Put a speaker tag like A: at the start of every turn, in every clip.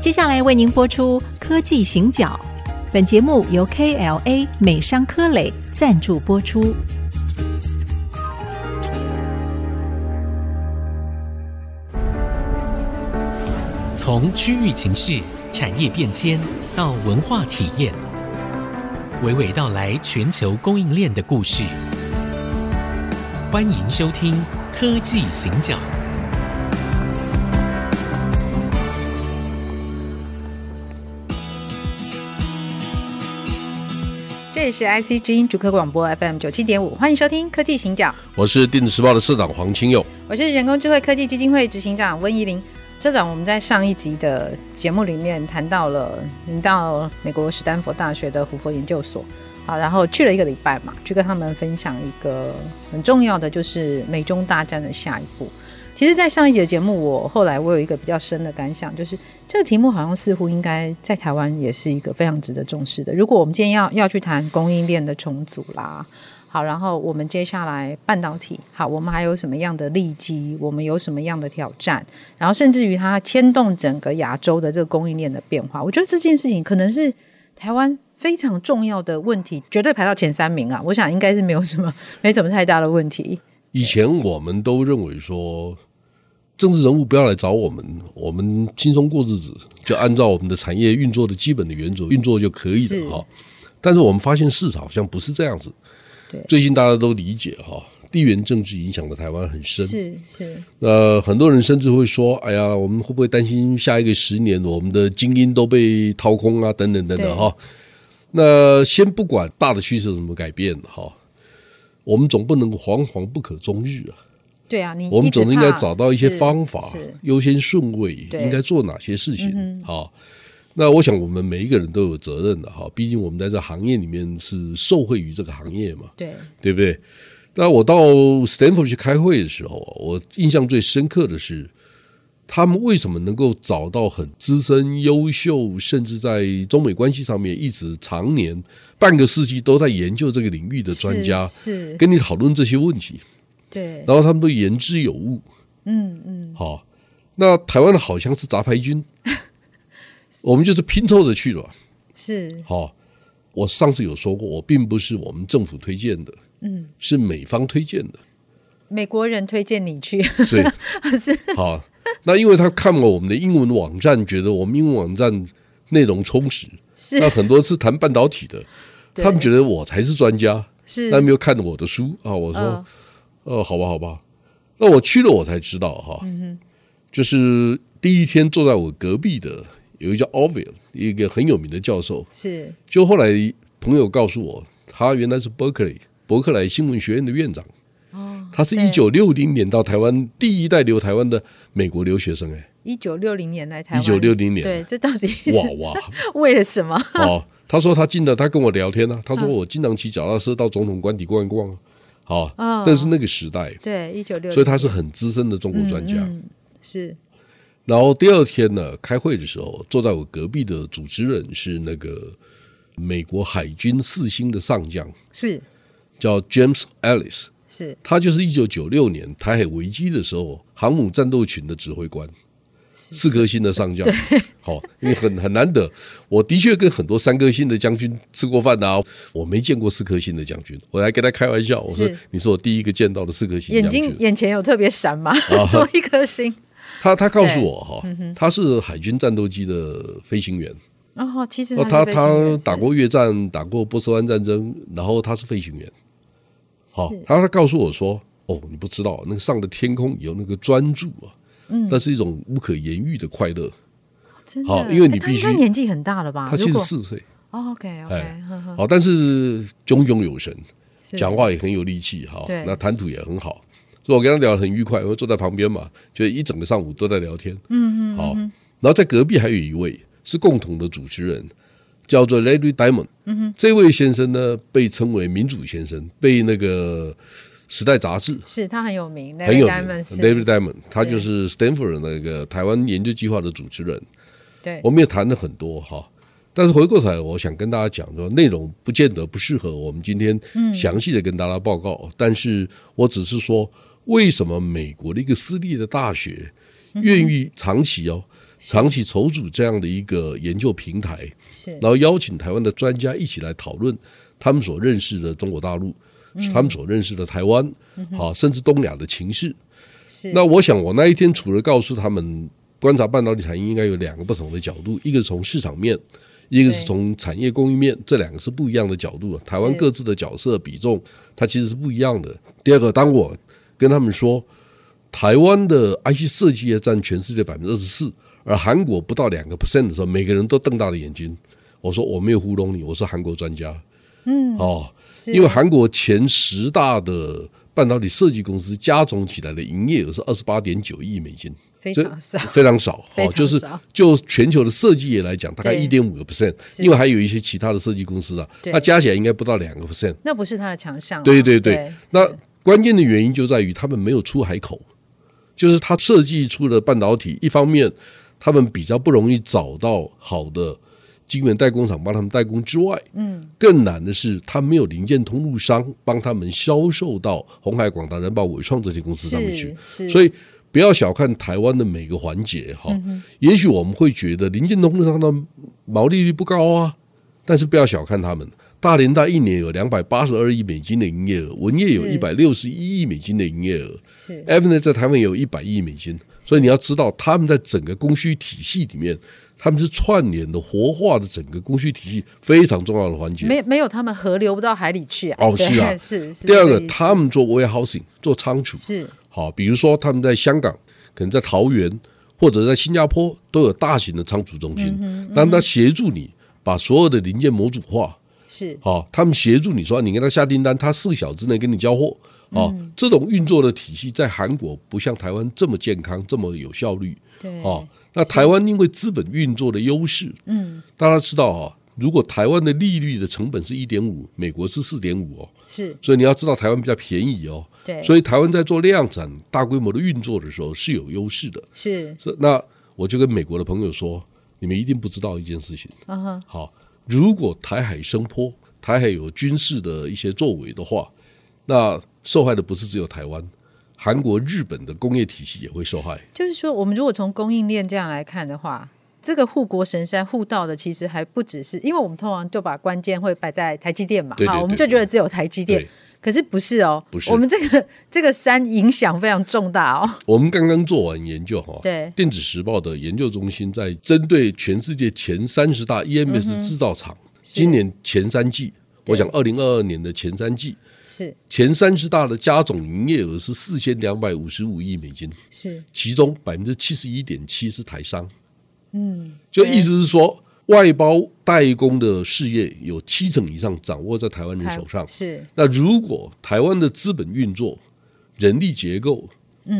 A: 接下来为您播出《科技行脚》，本节目由 KLA 美商科磊赞助播出。
B: 从区域情势、产业变迁到文化体验，娓娓道来全球供应链的故事。欢迎收听《科技行脚》。
C: 这里是 IC 之音主客广播 FM 九七点五，欢迎收听科技行脚，
D: 我是电子时报的社长黄清佑。
C: 我是人工智慧科技基金会执行长温怡玲。社长，我们在上一集的节目里面谈到了您到美国史丹佛大学的胡佛研究所啊，然后去了一个礼拜嘛，去跟他们分享一个很重要的，就是美中大战的下一步。其实，在上一集的节目，我后来我有一个比较深的感想，就是这个题目好像似乎应该在台湾也是一个非常值得重视的。如果我们今天要要去谈供应链的重组啦，好，然后我们接下来半导体，好，我们还有什么样的利基？我们有什么样的挑战？然后，甚至于它牵动整个亚洲的这个供应链的变化，我觉得这件事情可能是台湾非常重要的问题，绝对排到前三名啊！我想应该是没有什么没什么太大的问题。
D: 以前我们都认为说，政治人物不要来找我们，我们轻松过日子，就按照我们的产业运作的基本的原则运作就可以
C: 是
D: 了哈。但是我们发现市场好像不是这样子
C: 对。
D: 最近大家都理解哈，地缘政治影响了台湾很深。
C: 是是，
D: 那很多人甚至会说：“哎呀，我们会不会担心下一个十年我们的精英都被掏空啊？等等等
C: 对
D: 等哈。”那先不管大的趋势有什么改变哈，我们总不能惶惶不可终日啊。
C: 对啊，你
D: 我们
C: 一直
D: 总是应该
C: 怕
D: 找到一些
C: 是
D: 方法
C: 是，
D: 优先顺位
C: 对嗯
D: 应该做哪些事情好，那我想我们每一个人都有责任的哈，毕竟我们在这行业里面是受惠于这个行业嘛。
C: 对，
D: 对不对？那我到 Stanford 去开会的时候啊，我印象最深刻的是，他们为什么能够找到很资深、优秀，甚至在中美关系上面一直常年半个世纪都在研究这个领域的专家，
C: 是，是
D: 跟你讨论这些问题，
C: 对，
D: 然后他们都言之有物。嗯嗯，好，那台湾的好像是杂牌军，我们就是拼凑着去了。
C: 是
D: 好、我上次有说过，我并不是我们政府推荐的，嗯，是美方推荐的，
C: 美国人推荐你去，
D: 所以
C: 是
D: 好、那因为他看了我们的英文网站，觉得我们英文网站内容充实，
C: 是
D: 那很多是谈半导 体的，
C: 对
D: 他们觉得我才是专家，
C: 是，
D: 那没有看我的书啊，我说，
C: 嗯
D: 呃，好吧，好吧，那我去了我才知道哈，
C: 嗯
D: 就是第一天坐在我隔壁的有一个叫 Orville，一个很有名的教授，
C: 是
D: 就后来朋友告诉我，他原来是 Berkeley 伯克莱新闻学院的院长。他是
C: 哦对
D: 一九六零年到台湾第一代留台湾的美国留学生，哎，
C: 一九六零年来台湾，
D: 1960年
C: 对，这到底是
D: 哇哦哇
C: 为了什么？
D: 哦！他说他进的，他跟我聊天呢、啊他
C: 嗯
D: 说我经常骑脚踏车到总统官邸逛一逛啊，好、
C: 嗯
D: 那是那个时代，
C: 对，一九六，嗯
D: 所以他是很资深的中国专家。
C: 是
D: 然后第二天呢，开会的时候，坐在我隔壁的主持人是那个美国海军四星的上将，
C: 是
D: 叫 James Ellis。
C: 是
D: 他就是一九九六年台海危机的时候航母战斗群的指挥官，四颗星的上将。 好、因为很很难得，我的确跟很多三颗星的将军吃过饭的啊，我没见过四颗星的将军。我还跟他开玩笑，我说
C: 是
D: 你是我第一个见到的四啊颗星
C: 眼
D: 将
C: 睛
D: 军。
C: 眼前有特别闪 吗？多一颗星。
D: 他他告诉我哈、
C: 嗯
D: 他是海军战斗机的飞行员，
C: 然后其实
D: 哦，
C: 他
D: 他
C: 是被信
D: 他
C: 任
D: 打
C: 是
D: 过越战，打过波斯湾战争，然后他是飞行员。好、
C: 是
D: 哦他他告诉我说，哦，你不知道，那个上了天空以后，那个专注啊，嗯，那是一种无可言喻的快乐。
C: 真的
D: 好因为你
C: 哎他
D: 必
C: 应该
D: 须
C: 年纪很大了吧？
D: 他七十四岁，
C: ，OK
D: 哎
C: OK，呵呵，
D: 好、但是炯炯有神，
C: 是
D: 讲话也很有力气，哈、
C: 对
D: 那谈吐也很好，所以我跟他聊得很愉快，我坐在旁边嘛，就一整个上午都在聊天。嗯嗯，好、然后在隔壁还有一位是共同的主持人，叫做 Larry Diamond。嗯哼，这位先生呢被称为民主先生，被那个《时代》杂志
C: 是他很有名，
D: 很
C: Larry
D: 有
C: Diamond
D: 名
C: 是
D: ，David Diamond，他就是 Stanford 那个台湾研究计划的主持人。
C: 对
D: 我们也谈了很多哈，但是回过头来，我想跟大家讲说，内容不见得不适合我们今天
C: 嗯
D: 详细的跟大家报告，但是我只是
C: 嗯
D: 说，为什么美国的一个私立的大学愿意长期哦，长期筹组这样的一个研究平台，
C: 是
D: 然后邀请台湾的专家一起来讨论他们所认识的中国大陆，
C: 嗯
D: 他们所认识的台湾，好、甚至东亚的情势。
C: 是
D: 那我想，我那一天除了告诉他们观察半导体产业应该有两个不同的角度，一个是从市场面，一个是
C: 对
D: 从产业供应面，这两个是不一样的角度。啊台湾
C: 是
D: 各自的角色比重，它其实是不一样的。第二个，当我跟他们说，台湾的 IC 设计业占全世界百分之二十四，而韩国不到两个 percent 的时候，每个人都瞪大了眼睛。我说我没有糊弄你，我是韩国专家。嗯，哦，
C: 是
D: 因为韩国前十大的半导体设计公司加总起来的营业额是二十八点九亿美金，
C: 非
D: 这
C: 常少，
D: 非常少。哦
C: 非常
D: 就是
C: 少
D: 就全球的设计业来讲，大概
C: 对
D: 一点五个 percent，
C: 是
D: 因为还有一些其他的设计公司啊，
C: 对
D: 那加起来应该不到两个 percent。
C: 那不是他的强项啊。
D: 对对对，那
C: 是
D: 关键的原因就在于他们没有出海口，就是他设计出的半导体，一方面他们比较不容易找到好的晶圆代工厂帮他们代工之外，嗯，更难的是他没有零件通路商帮他们销售到红海、广达、人保、伟创这些公司上面去
C: 是，是，
D: 所
C: 以
D: 以不要小看台湾的每个环节哈。
C: 嗯
D: 也许我们会觉得林建通路上的毛利率不高啊，但是不要小看他们。大连大一年有两百八十二亿美金的营业额，文业有
C: 是
D: 一百六十一亿美金的营业额
C: 是
D: a v n e 在台湾有一百亿美金，所以你要知道，他们在整个供需体系里面，他们是串联的、活化的整个供需体系非常重要的环节。
C: 没没有他们河流不到海里去啊。
D: 哦
C: 对
D: 是 啊
C: 是。是
D: 第二
C: 这意
D: 个，
C: 思
D: 他们做 warehousing 做仓储，
C: 是
D: 好，比如说他们在香港，可能在桃园或者在新加坡都有大型的仓储中心，让他协助你把所有的零件模组化。
C: 是
D: 好，他们协助你说你跟他下订单，他四个小时之内跟你交货。哦，这种运作的体系在韩国不像台湾这么健康，这么有效率。
C: 对
D: 哦，那台湾因为资本运作的优势，嗯，大家知道哈、如果台湾的利率的成本是一点五，美国是四点五哦，
C: 是，
D: 所以你要知道台湾比较便宜哦。
C: 对，
D: 所
C: 以
D: 以台湾在做量产、大规模的运作的时候是有优势的。
C: 是
D: 是那我就跟美国的朋友说，你们一定不知道一件事情。
C: 嗯哼，
D: 好，如果台海升坡，台海有军事的一些作为的话，那受害的不是只有台湾，韩国、日本的工业体系也会受害。
C: 就是说，我们如果从供应链这样来看的话。这个护国神山护到的，其实还不只是，因为我们通常就把关键会摆在台积电嘛，
D: 对对
C: 好，
D: 对
C: 我们就觉得只有台积电
D: 对，
C: 可是不是哦，
D: 不是
C: 我们这个这个山影响非常重大哦，
D: 我们刚刚做完研究哈，
C: 对
D: 电子时报的研究中心在针对全世界前三十大 EMS 制造厂，今年前三季，我讲二零二二年的前三季，
C: 是
D: 前三十大的加总营业额是四千两百五十五亿美金，
C: 是
D: 其中百分之七十一点七是台商。嗯，就意思是说，外包代工的事业有七成以上掌握在台湾人
C: 台
D: 手上。
C: 是
D: 那如果台湾的资本运作、人力结构，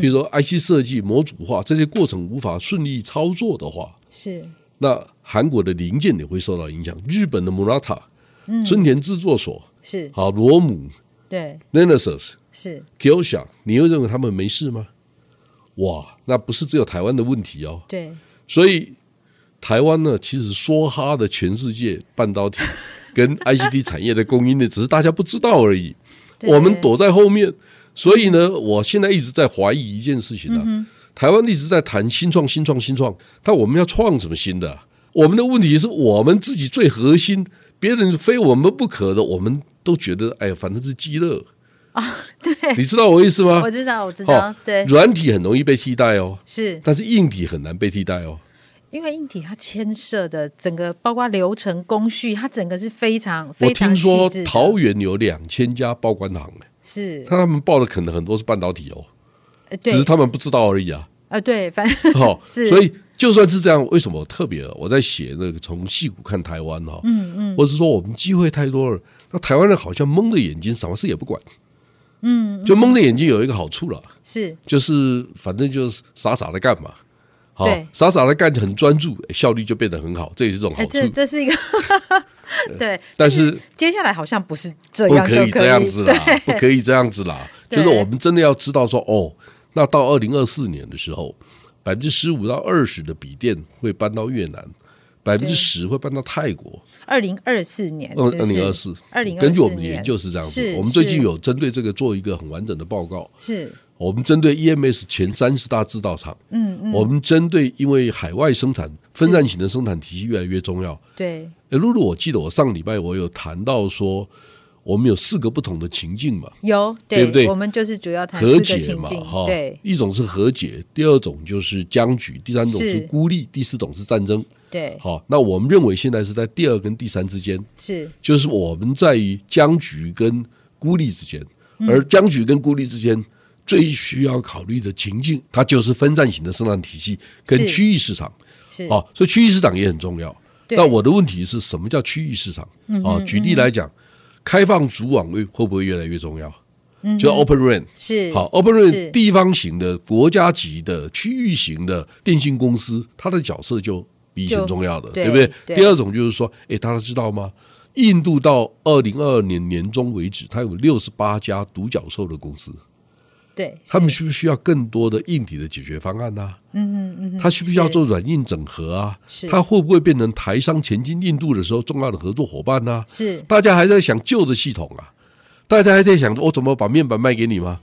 D: 比如说 IC 设计、模组化这些过程无法顺利操作的话，
C: 是
D: 那韩国的零件也会受到影响。日本的 Murata、春田制作所、
C: 是，
D: 好罗姆、
C: 对
D: Renesas
C: 是，
D: k y o s h a 你又认为他们没事吗？哇，那不是只有台湾的问题哦。
C: 对
D: 所以台湾呢，其实说哈的全世界半 导体跟 ICT 产业的供应链，只是大家不知道而已。
C: 对嗯
D: 我们躲在后面，所以呢，我现在一直在怀疑一件事情啊。台湾一直在谈新创、新创、新创，但我们要创什么新的啊？我们的问题是我们自己最核心，别人非我们不可的，我们都觉得哎呀，反正是鸡肋啊。对，你知道我意思吗？
C: 我知道我知道
D: 哦，
C: 对
D: 软体很容易被替代哦，
C: 是
D: 但是硬体很难被替代哦。
C: 因为硬体它牵涉的整个包括流程工序，它整个是非常
D: 我
C: 非
D: 听
C: 常
D: 说
C: 细致的。
D: 桃园有两千家报关行，
C: 是
D: 他们报的可能很多是半导体哦，
C: 呃对
D: 只是他们不知道而已 啊。
C: 呃对，反正
D: 哦，
C: 是
D: 所以就算是这样，为什么我特别我在写那个从戏骨看台湾哈、哦，嗯嗯，或是说我们机会太多了，那台湾人好像蒙着眼睛，什么事也不管，嗯，就蒙着眼睛有一个好处了，
C: 是
D: 就是反正就是傻傻的干嘛。好
C: 对，
D: 傻傻的干，很专注，哎效率就变得很好，这也是种好
C: 哎
D: 处。
C: 这这是 一个对，
D: 但是
C: 接下来好像不是这
D: 不
C: 样就
D: 可以这样子啦，不
C: 对
D: 可以这样子啦。就
C: 对
D: 是我们真的要知道说，哦，那到二零二四年的时候，百分之十五到二十的笔电会搬到越南，百分之十会搬到泰国。
C: 二零二四年，
D: 二二零二四，
C: 二零
D: 根据我们的研究是这样子
C: 是。
D: 我们最近
C: 是
D: 有针对这个做一个很完整的报告。
C: 是
D: 我们针对 EMS 前三十大制造厂，嗯嗯，我们针对因为海外生产分散型的生产体系越来越重要。
C: 对，
D: 诶，露露，我记得我上礼拜我有谈到说，我们有四个不同的情境嘛，
C: 有
D: 对不对
C: 我们就是主要谈啊四
D: 和
C: 个
D: 解
C: 情
D: 嘛，
C: 境，
D: 哈，
C: 对
D: 一种是和解，第二种就是僵局，第三种
C: 是
D: 是孤立，第四种是战争。
C: 对
D: 好，那我们认为现在是在第二跟第三之间，
C: 是，
D: 就是我们在于僵局跟孤立之间，
C: 嗯
D: 而僵局跟孤立之间最需要考虑的情境，它就是分散型的生产体系跟
C: 是
D: 区域市场。
C: 是
D: 哦，所以区域市场也很重要。
C: 对嗯
D: 那我的问题是什么叫区域市场？哦，举例来讲，开放主网会会不会越来越重要？
C: 嗯
D: 就 Open RAN，
C: 是
D: 好，Open 哦 RAN
C: 是
D: 地方型的、国家级的、区域型的电信公司，它的角色就比以前
C: 就
D: 重要的，
C: 对
D: 不对？
C: 对
D: 第二种就是说，诶，大家知道吗？印度到二零二二年年中为止，它有六十八家独角兽的公司，
C: 对，
D: 他们
C: 是
D: 需不需要更多的硬体的解决方案呢、
C: 嗯嗯嗯，
D: 它需不需要
C: 是
D: 做软硬整合啊
C: 是？
D: 它会不会变成台商前进印度的时候重要的合作伙伴呢、
C: 是
D: 大家还在想旧的系统啊，大家还在想哦我、怎么把面板卖给你吗？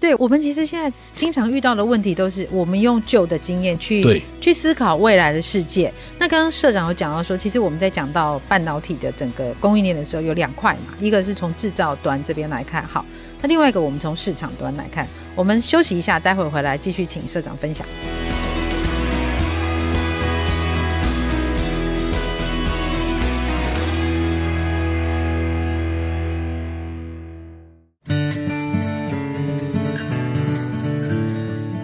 C: 对，我们其实现在经常遇到的问题都是，我们用旧的经验
D: 对
C: 去去思考未来的世界。那刚刚社长有讲到说，其实我们在讲到半导体的整个供应链的时候，有两块嘛，一个是从制造端这边来看，好，那另外一个我们从市场端来看。我们休息一下，待会儿回来继续请社长分享。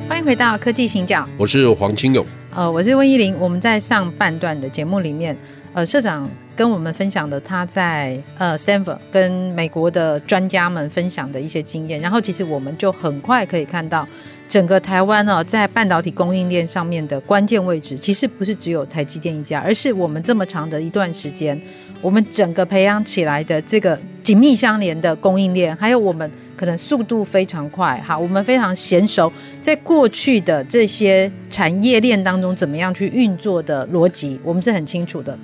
C: 欢迎回到科技行脚，
D: 我是黄清勇，
C: 呃，我是温依玲。我们在上半段的节目里面，呃，社长跟我们分享的他在呃 Stanford 跟美国的专家们分享的一些经验，然后其实我们就很快可以看到，整个台湾哦，在半导体供应链上面的关键位置，其实不是只有台积电一家，而是我们这么长的一段时间，我们整个培养起来的这个紧密相连的供应链，还有我们可能速度非常快，哈，我们非常娴熟，在过去的这些产业链当中，怎么样去运作的逻辑，我们是很清楚的。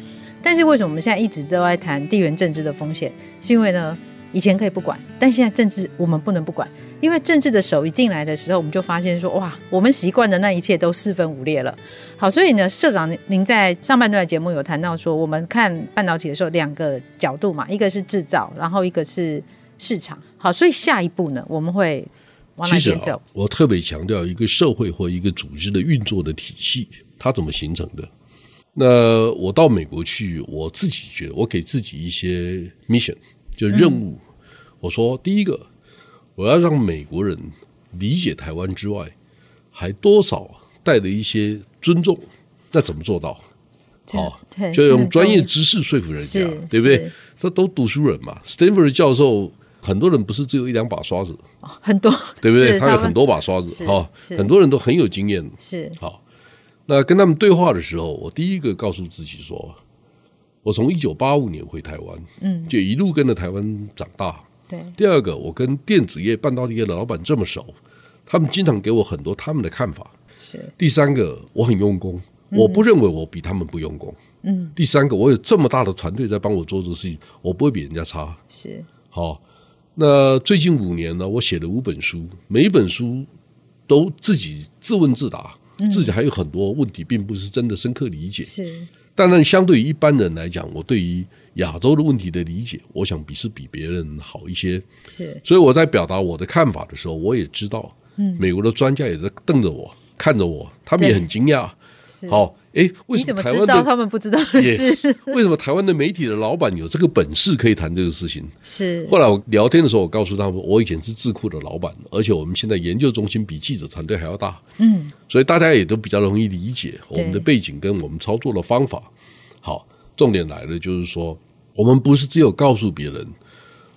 C: 但是为什么我们现在一直都在谈地缘政治的风险？是因为呢，以前可以不管，但现在政治我们不能不管，因为政治的手一进来的时候，我们就发现说，哇，我们习惯的那一切都四分五裂了。好，所以呢，社长您您在上半段节目有谈到说，我们看半导体的时候，两个角度嘛，一个是制造，然后一个是市场。好，所以下一步呢，我们会往哪
D: 其实、
C: 边
D: 啊
C: 走？、
D: 我特别强调一个社会或一个组织的运作的体系，它怎么形成的。那我到美国去，我自己觉得我给自己一些 mission，就是任务。
C: 嗯
D: 我说第一个，我要让美国人理解台湾之外，还多少带了一些尊重。那怎么做到？
C: 这个对
D: 啊哦就
C: 这
D: 用
C: 很
D: 专业
C: 重要
D: 知识说服人家
C: 是，
D: 对不对
C: 是？
D: 他都读书人嘛，Stanford 教授，很多人不是只有一两把刷子，
C: 哦很多，
D: 对不对？
C: 是
D: 他有
C: 们
D: 很多把刷子
C: 是
D: 哈，
C: 是
D: 很多人都很有经验。
C: 是
D: 好，那跟他们对话的时候，我第一个告诉自己说，我从一九八五年回台湾，嗯，就一路跟着台湾长大。
C: 对
D: 第二个，我跟电子业、半导体业的老板这么熟，他们经常给我很多他们的看法。
C: 是
D: 第三个，我很用功，我不认为我比他们不用功。嗯。第三个，我有这么大的团队在帮我做这个事情，我不会比人家差。
C: 是
D: 好，那最近五年呢，我写了五本书，每一本书都自己自问自答，
C: 嗯
D: 自己还有很多问题，并不是真的深刻理解。
C: 是
D: 当然，相对于一般人来讲，我对于亚洲的问题的理解，我想比是比别人好一些。
C: 是
D: 所以我在表达我的看法的时候，我也知道，
C: 嗯
D: 美国的专家也在瞪着我，看着我，他们也
C: 对
D: 很惊讶。
C: 是。
D: 好，诶，为
C: 你
D: 什
C: 怎么
D: 么台
C: 知
D: 湾
C: 道
D: 的
C: 他们不知道的
D: Yes，
C: 事？
D: 为什么台湾的媒体的老板有这个本事可以谈这个事情？
C: 是
D: 后来我聊天的时候，我告诉他们，我以前是智库的老板，而且我们现在研究中心比记者团队还要大，
C: 嗯，
D: 所以大家也都比较容易理解我
C: 对
D: 们的背景跟我们操作的方法。好，重点来了，就是说，我们不是只有告诉别人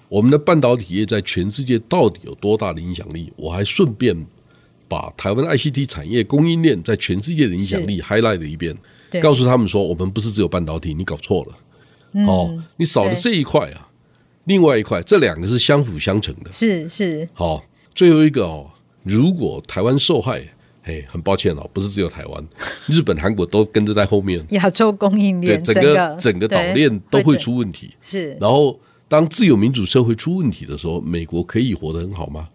D: 我们的半导体业在全世界到底有多大的影响力，我还顺便把台湾的 ICT 产业供应链在全世界的影响力 highlight 了一遍
C: 对，
D: 告诉他们说，我们不是只有半导体，你搞错了，哦，你少了
C: 对
D: 这一块啊。另外一块，这两个是相辅相成的。
C: 是是
D: 好、最后一个哦，如果台湾受害，嘿，很抱歉哦，不是只有台湾，日本、韩国都跟着在后面，
C: 亚洲供应
D: 对
C: 链，
D: 整
C: 个
D: 个整个岛
C: 对
D: 链都会
C: 整
D: 出问题。
C: 是
D: 然后，当自由民主社会出问题的时候，美国可以活得很好吗？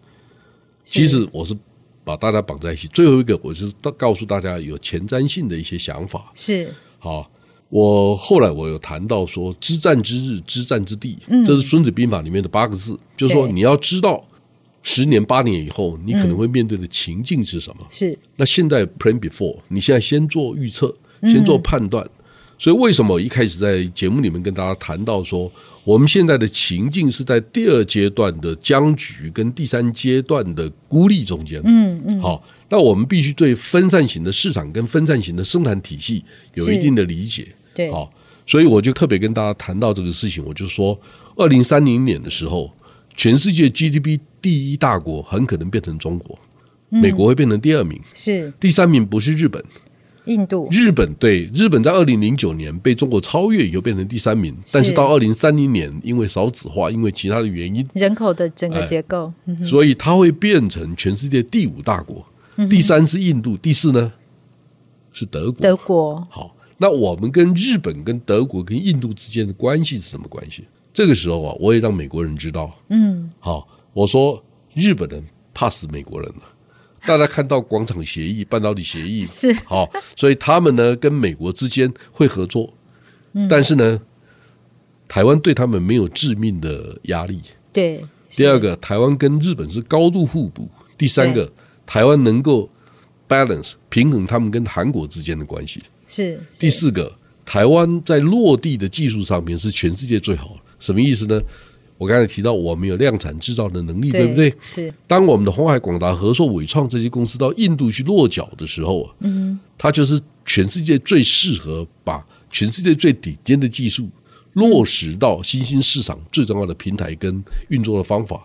D: 其实我是把大家绑在一起。最后一个，我是告诉大家有前瞻性的一些想法。
C: 是
D: 好，我后来我有谈到说，知战之日，知战之地，这是《孙子兵法》里面的八个字，就是说
C: 对
D: 你要知道十年八年以后你可能会面对的情境是什么。
C: 是
D: 那现在 plan before，你现在先做预测，先做判断。所以为什么我一开始在节目里面跟大家谈到说，我们现在的情境是在第二阶段的僵局跟第三阶段的孤立中间。嗯嗯。好，那我们必须对分散型的市场跟分散型的生产体系有一
C: 是
D: 定的理解。
C: 对，
D: 好，所以我就特别跟大家谈到这个事情，我就说，二零三零年的时候，全世界 GDP 第一大国很可能变成中国，美国会变成第二名，
C: 是
D: 第三名不是日本，
C: 印度
D: 日本对日本在二零零九年被中国超越以后变成第三名，但是到二零三零年，因为少子化，因为其他的原因，
C: 人口的整个
D: 哎
C: 结构，嗯
D: 所以它会变成全世界第五大国，第三是印度，第四呢是德国。
C: 德国
D: 好，那我们跟日本、跟德国、跟印度之间的关系是什么关系？这个时候啊，我也让美国人知道，
C: 嗯，
D: 好，我说日本人怕死美国人了。大家看到广场协议、半导体协议
C: 是
D: 好，所以他们呢跟美国之间会合作，
C: 嗯
D: 但是呢，台湾对他们没有致命的压力。
C: 对，
D: 第二个，台湾跟日本是高度互补。第三个，台湾能够 balance 平衡他们跟韩国之间的关系。
C: 是是
D: 第四个，台湾在落地的技术上面是全世界最好的。什么意思呢？我刚才提到我们有量产制造的能力，对不对？
C: 是
D: 当我们的红海、广达、和硕、伟创这些公司到印度去落脚的时候，嗯，它就是全世界最适合把全世界最顶尖的技术落实到新兴市场最重要的平台跟运作的方法。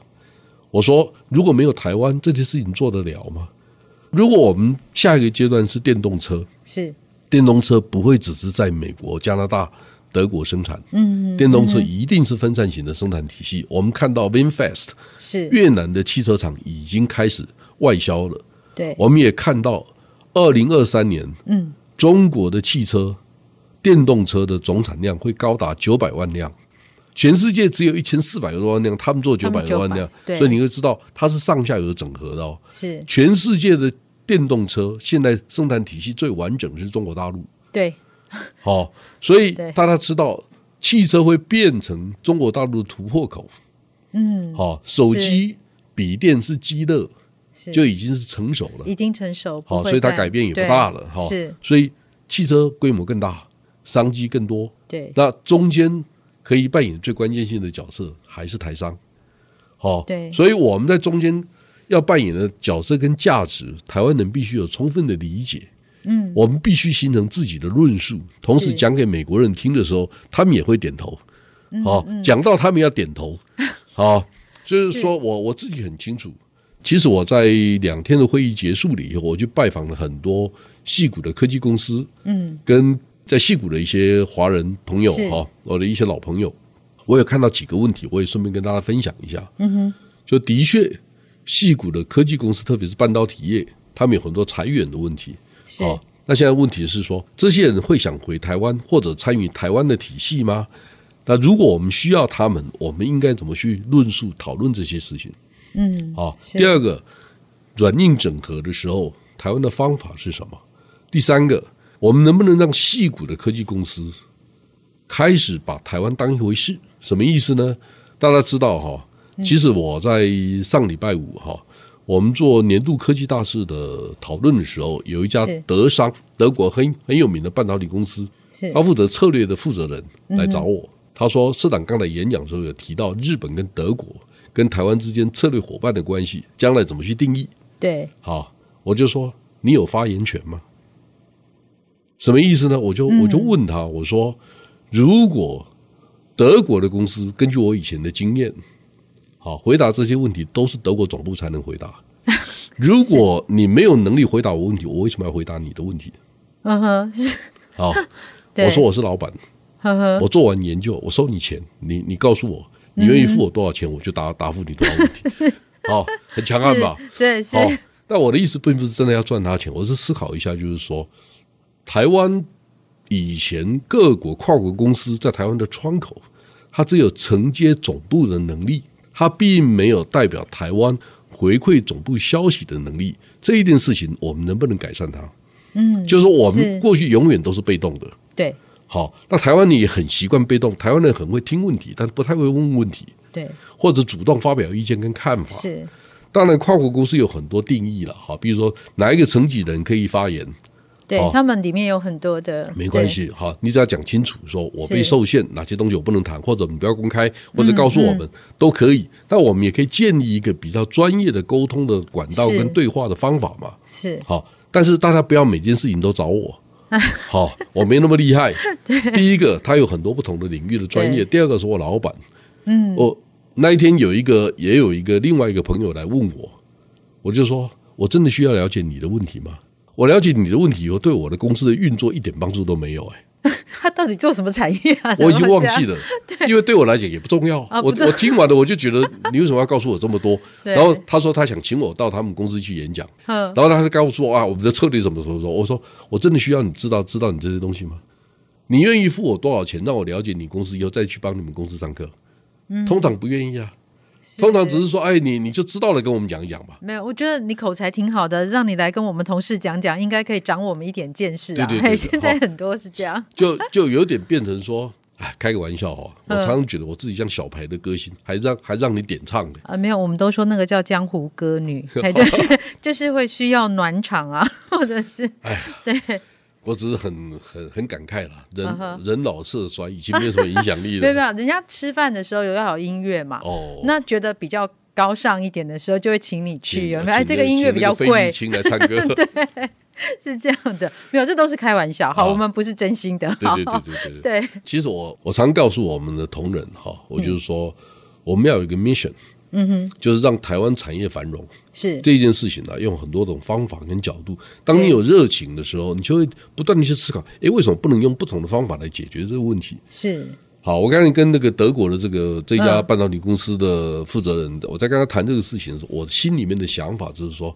D: 我说，如果没有台湾，这件事情做得了吗？如果我们下一个阶段是电动车，
C: 是
D: 电动车不会只是在美国、加拿大、德国生产，嗯，电动车一定是分散型的生产体系。我们看到 VinFast
C: 是，
D: 越南的汽车厂已经开始外销了，
C: 对，
D: 我们也看到二零二三年
C: 嗯，
D: 中国的汽车电动车的总产量会高达九百万辆。全世界只有一千四百多万辆，他们做九
C: 他
D: 百
C: 们
D: 多万辆
C: 900对，
D: 所以你会知道它是上下游整合的哦。
C: 是
D: 全世界的电动车现在生产体系最完整是中国大陆，
C: 对，
D: 哦，所以
C: 对
D: 大家知道，汽车会变成中国大陆的突破口。嗯，好、手机、笔电是鸡肋，
C: 是
D: 就已经是成熟了。
C: 已经成熟，不
D: 好、
C: 会
D: 所以它
C: 再
D: 改变也不
C: 对
D: 大了。哈、
C: 是，
D: 所以汽车规模更大，商机更多。
C: 对
D: 那中间可以扮演最关键性的角色还是台商。好、
C: 对
D: 所以我们在中间要扮演的角色跟价值，台湾人必须有充分的理解。嗯，我们必须形成自己的论述，同时
C: 是
D: 讲给美国人听的时候，他们也会点头。
C: 嗯
D: 好、讲到他们要点头。好、就是说我我自己很清楚。其实我在两天的会议结束了以后，我就拜访了很多戏谷的科技公司，
C: 嗯，
D: 跟在戏谷的一些华人朋友
C: 是
D: 哈、我的一些老朋友，我有看到几个问题，我也顺便跟大家分享一下。嗯哼，就的确，戏谷的科技公司，特别是半导体业，他们有很多裁员的问题。
C: 是
D: 哦，那现在问题是说，这些人会想回台湾或者参与台湾的体系吗？那如果我们需要他们，我们应该怎么去论述、讨论这些事情？
C: 嗯，
D: 好，
C: 是
D: 第二个，软硬整合的时候，台湾的方法是什么？第三个，我们能不能让细股的科技公司开始把台湾当一回事？什么意思呢？大家知道哈，
C: 嗯
D: 其实我在上礼拜五哈，我们做年度科技大事的讨论的时候，有一家
C: 是
D: 德商，德国很很有名的半导体公司，
C: 是嗯
D: 他负责策略的负责人来找我，他说社长刚才演讲的时候有提到日本跟德国跟台湾之间策略伙伴的关系，将来怎么去定义？
C: 对
D: 好，我就说你有发言权吗？什么意思呢？我就
C: 嗯
D: 我就问他，我说如果德国的公司根据我以前的经验，好回答这些问题都是德国总部才能回 答。如果你没有能力回答我问题，我为什么要回答你的问题？
C: 嗯哼，是，
D: 好，
C: 对
D: 我说我是老板，
C: 呵呵，
D: 我做完研究，我收你钱，你你告诉我，你愿意付我多少钱，
C: 嗯
D: 我就答答复你多少问题。 好，很强悍吧？
C: 对，是
D: 啊好，但我的意思并不是真的要赚他钱，我是思考一下，就是说，台湾以前各国跨国公司在台湾的窗口，它只有承接总部的能力，它并没有代表台湾。回馈总部消息的能力，这一件事情我们能不能改善它？嗯，就是说我
C: 是
D: 们过去永远都是被动的。
C: 对
D: 好，那台湾人也很习惯被动，台湾人很会听问题，但不太会问问题，
C: 对
D: 或者主动发表意见跟看法。
C: 是，
D: 当然，跨国公司有很多定义了，哈，比如说哪一个层级人可以发言，
C: 对、
D: 好
C: 他们里面有很多的
D: 哦没关，系，哈，你只要讲清楚，说我
C: 是
D: 被受限，哪些东西我不能谈，或者你不要公开，或者告诉我们、都可以。但我们也可以建立一个比较专业的沟通的管道
C: 是
D: 跟对话的方法嘛，
C: 对是
D: 好。但是大家不要每件事情都找我。好，我没那么厉害。第一个，他有很多不同的领域的专业；第二个，是我老板。嗯，我那一天有一个，也有一个另外一个朋友来问我，我就说，我真的需要了解你的问题吗？我了解你的问题以后，对我的公司的运作一点帮助都没有、哎，
C: 他到底做什么产业啊？
D: 我已经忘记
C: 了。
D: 了，因为对我来讲也不重要。
C: 啊不
D: 我
C: 重
D: 我听完了，我 就觉得你为什么要告诉我这么多？
C: 对
D: 然后他说他想请我到他们公司去演讲，
C: 嗯
D: 然后他就告诉我啊，我们的策略怎么怎么说。我说我真的需要你知道知道你这些东西吗？你愿意付我多少钱让我了解你公司以后再去帮你们公司上课？
C: 嗯
D: 通常不愿意啊，通常只是说哎你你就知道了跟我们讲一讲吧。
C: 没有，我觉得你口才挺好的，让你来跟我们同事讲讲，应该可以长我们一点见识啊。
D: 对对 对对
C: 现在
D: 好
C: 很多是这样，
D: 就就有点变成说，哎，开个玩笑哈、
C: 嗯
D: 我常常觉得我自己像小牌的歌星，还让还让你点唱的。
C: 啊，没有，我们都说那个叫江湖歌 女，哎，对， 就是会需要暖场啊， 或者是
D: 我只是很很很感慨啦，人、
C: 嗯哼
D: 人老色衰，已经没有什么影响力
C: 没有没
D: 了。
C: 有，人家吃饭的时候有要有音乐嘛，
D: 哦，
C: 那觉得比较高尚一点的时候，就会请你去，
D: 请
C: 有没有？哎，
D: 请
C: 这个音乐比较
D: 请那个费玉
C: 贵，
D: 清来唱歌。对
C: 是这样的，没有，这都是开玩笑，好，
D: 好
C: 我们不是真心的，好
D: 哦对对对对对。
C: 对，
D: 其实我我常告诉我们的同仁哈，我就是说、我们要有一个 mission，嗯哼，就是让台湾产业繁荣。
C: 是
D: 这件事情呢、用很多种方法跟角度。当你有热情的时候，你就会不断的去思考，诶，为什么不能用不同的方法来解决这个问题？
C: 是，
D: 好，我刚才跟那个德国的这个这家
C: 嗯
D: 半导体公司的负责人，我在跟他谈这个事情的时候，我心里面的想法就是说，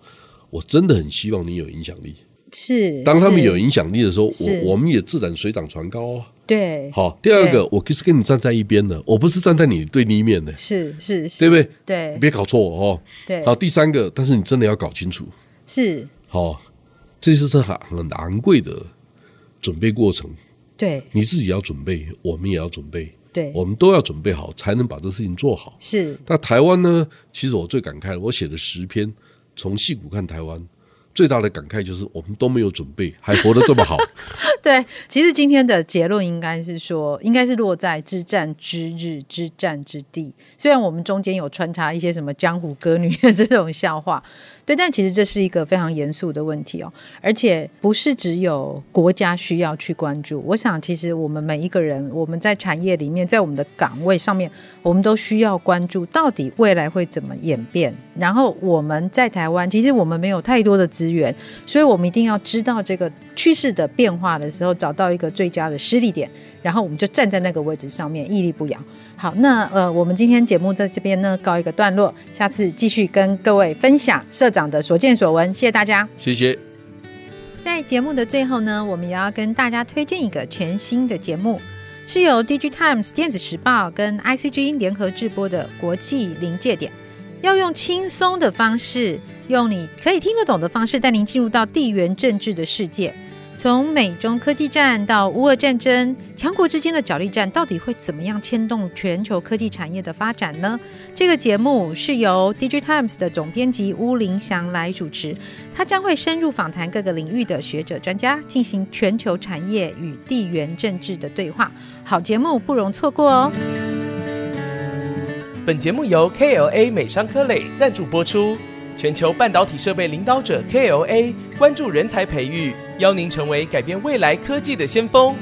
D: 我真的很希望你有影响力。
C: 是，
D: 当他们
C: 是
D: 有影响力的时候，
C: 是
D: 我我们也自然水涨船高啊。
C: 对，
D: 好，第二
C: 对
D: 个，我是跟你站在一边的，我不是站在你对立面的，
C: 是是
D: 对
C: 是，
D: 不对？
C: 对
D: 你别搞错哦。
C: 对
D: 好，第三个，但是你真的要搞清楚，
C: 是，
D: 好，这是是很很昂贵的准备过程，
C: 对
D: 你自己要准备，我们也要准备，
C: 对
D: 我们都要准备好，才能把这事情做好。
C: 是，
D: 那台湾呢？其实我最感慨的，我写了十篇，从戏骨看台湾，最大的感慨就是我们都没有准备，还活得这么好。
C: 对。其实今天的结论应该是说，应该是落在之战之日、之战之地。虽然我们中间有穿插一些什么江湖歌女的这种笑话，对，但其实这是一个非常严肃的问题哦，而且不是只有国家需要去关注。我想，其实我们每一个人，我们在产业里面，在我们的岗位上面，我们都需要关注到底未来会怎么演变。然后我们在台湾，其实我们没有太多的资源，所以我们一定要知道这个趋势的变化的时候，找到一个最佳的施力点，然后我们就站在那个位置上面屹立不摇。好，那呃，我们今天节目在这边呢告一个段落，下次继续跟各位分享社长的所见所闻，谢谢大家。
D: 谢谢。
C: 在节目的最后呢，我们也要跟大家推荐一个全新的节目，是由 DG Times 电子时报跟 ICG 联合制播的《国际临界点》，要用轻松的方式，用你可以听得懂的方式，带您进入到地缘政治的世界。从美中科技战到乌俄战争，强国之间的角力战到底会怎么样牵动全球科技产业的发展呢？这个节目是由 DG Times 的总编辑乌林祥来主持，他将会深入访谈各个领域的学者专家，进行全球产业与地缘政治的对话。好节目不容错过哦！
E: 本节目由 KLA 美商科磊赞助播出。全球半导体设备领导者 KLA 关注人才培育，邀您成为改变未来科技的先锋。